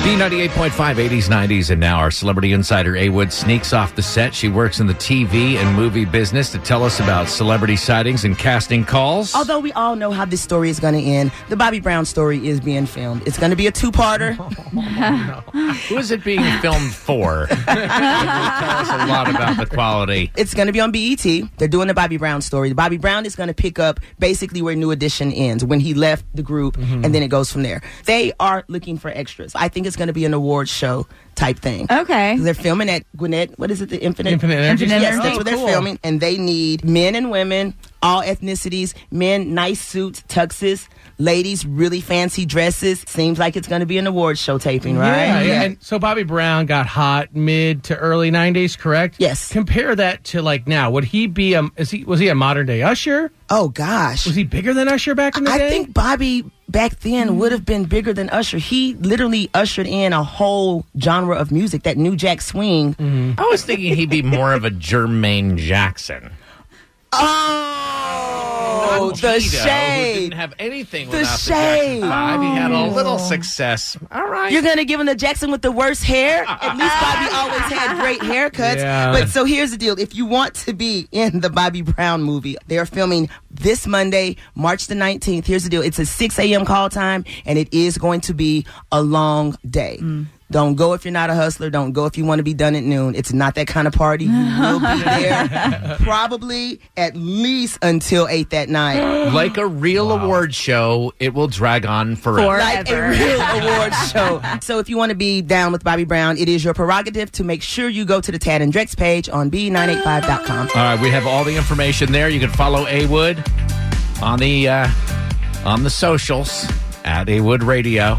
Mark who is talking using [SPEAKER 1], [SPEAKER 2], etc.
[SPEAKER 1] B98.5, 80s, 90s, and now our celebrity insider, A Wood, sneaks off the set. She works in the TV and movie business to tell us about celebrity sightings and casting calls.
[SPEAKER 2] Although we all know how this story is going to end, the Bobby Brown story is being filmed. It's going to be a two-parter.
[SPEAKER 1] Who is it being filmed for? It will tell us a lot about the quality.
[SPEAKER 2] It's going to be on BET. They're doing the Bobby Brown story. Bobby Brown is going to pick up basically where New Edition ends, when he left the group, and then it goes from there. They are looking for extras. I think it's going to be an award show type thing.
[SPEAKER 3] Okay.
[SPEAKER 2] They're filming at Gwinnett. What is it? The Infinite.
[SPEAKER 4] Infinite Energy
[SPEAKER 3] Infinite
[SPEAKER 4] Center?
[SPEAKER 2] Yes, that's
[SPEAKER 4] Oh,
[SPEAKER 2] what they're
[SPEAKER 4] cool.
[SPEAKER 2] filming, and they need men and women, all ethnicities, men nice suits, tuxes, ladies really fancy dresses. Seems like it's going to be an award show taping, right?
[SPEAKER 4] Yeah, yeah. And so Bobby Brown got hot mid to early '90s, correct?
[SPEAKER 2] Yes.
[SPEAKER 4] Compare that to like now. Would he be a is he was he a modern day Usher?
[SPEAKER 2] Oh gosh,
[SPEAKER 4] Was he bigger than Usher back in the
[SPEAKER 2] I
[SPEAKER 4] day?
[SPEAKER 2] think Bobby back then would have been bigger than Usher. He literally ushered in a whole genre of music, that new jack swing.
[SPEAKER 4] Mm.
[SPEAKER 1] I was thinking he'd be more of a Jermaine Jackson.
[SPEAKER 2] Oh,
[SPEAKER 1] Cheeto,
[SPEAKER 2] the
[SPEAKER 1] who
[SPEAKER 2] shade.
[SPEAKER 1] didn't have anything
[SPEAKER 2] The
[SPEAKER 1] without the Jackson
[SPEAKER 2] shade. Oh.
[SPEAKER 1] Five. He had a little success. All right.
[SPEAKER 2] You're gonna give him the Jackson with the worst hair? At least Bobby always had great haircuts.
[SPEAKER 4] Yeah.
[SPEAKER 2] But so here's the deal: if you want to be in the Bobby Brown movie, they are filming this Monday, March the 19th. Here's the deal: it's a 6 a.m. call time, and it is going to be a long day. Don't go if you're not a hustler. Don't go if you want to be done at noon. It's not that kind of party. You will be there probably at least until eight that night.
[SPEAKER 1] like a real award show, it will drag on forever.
[SPEAKER 2] like a real award show. So if you want to be down with Bobby Brown, it is your prerogative to make sure you go to the Tad and Drex page on b985.com.
[SPEAKER 1] All right, we have all the information there. You can follow A Wood on the uh, on the socials at A Wood Radio.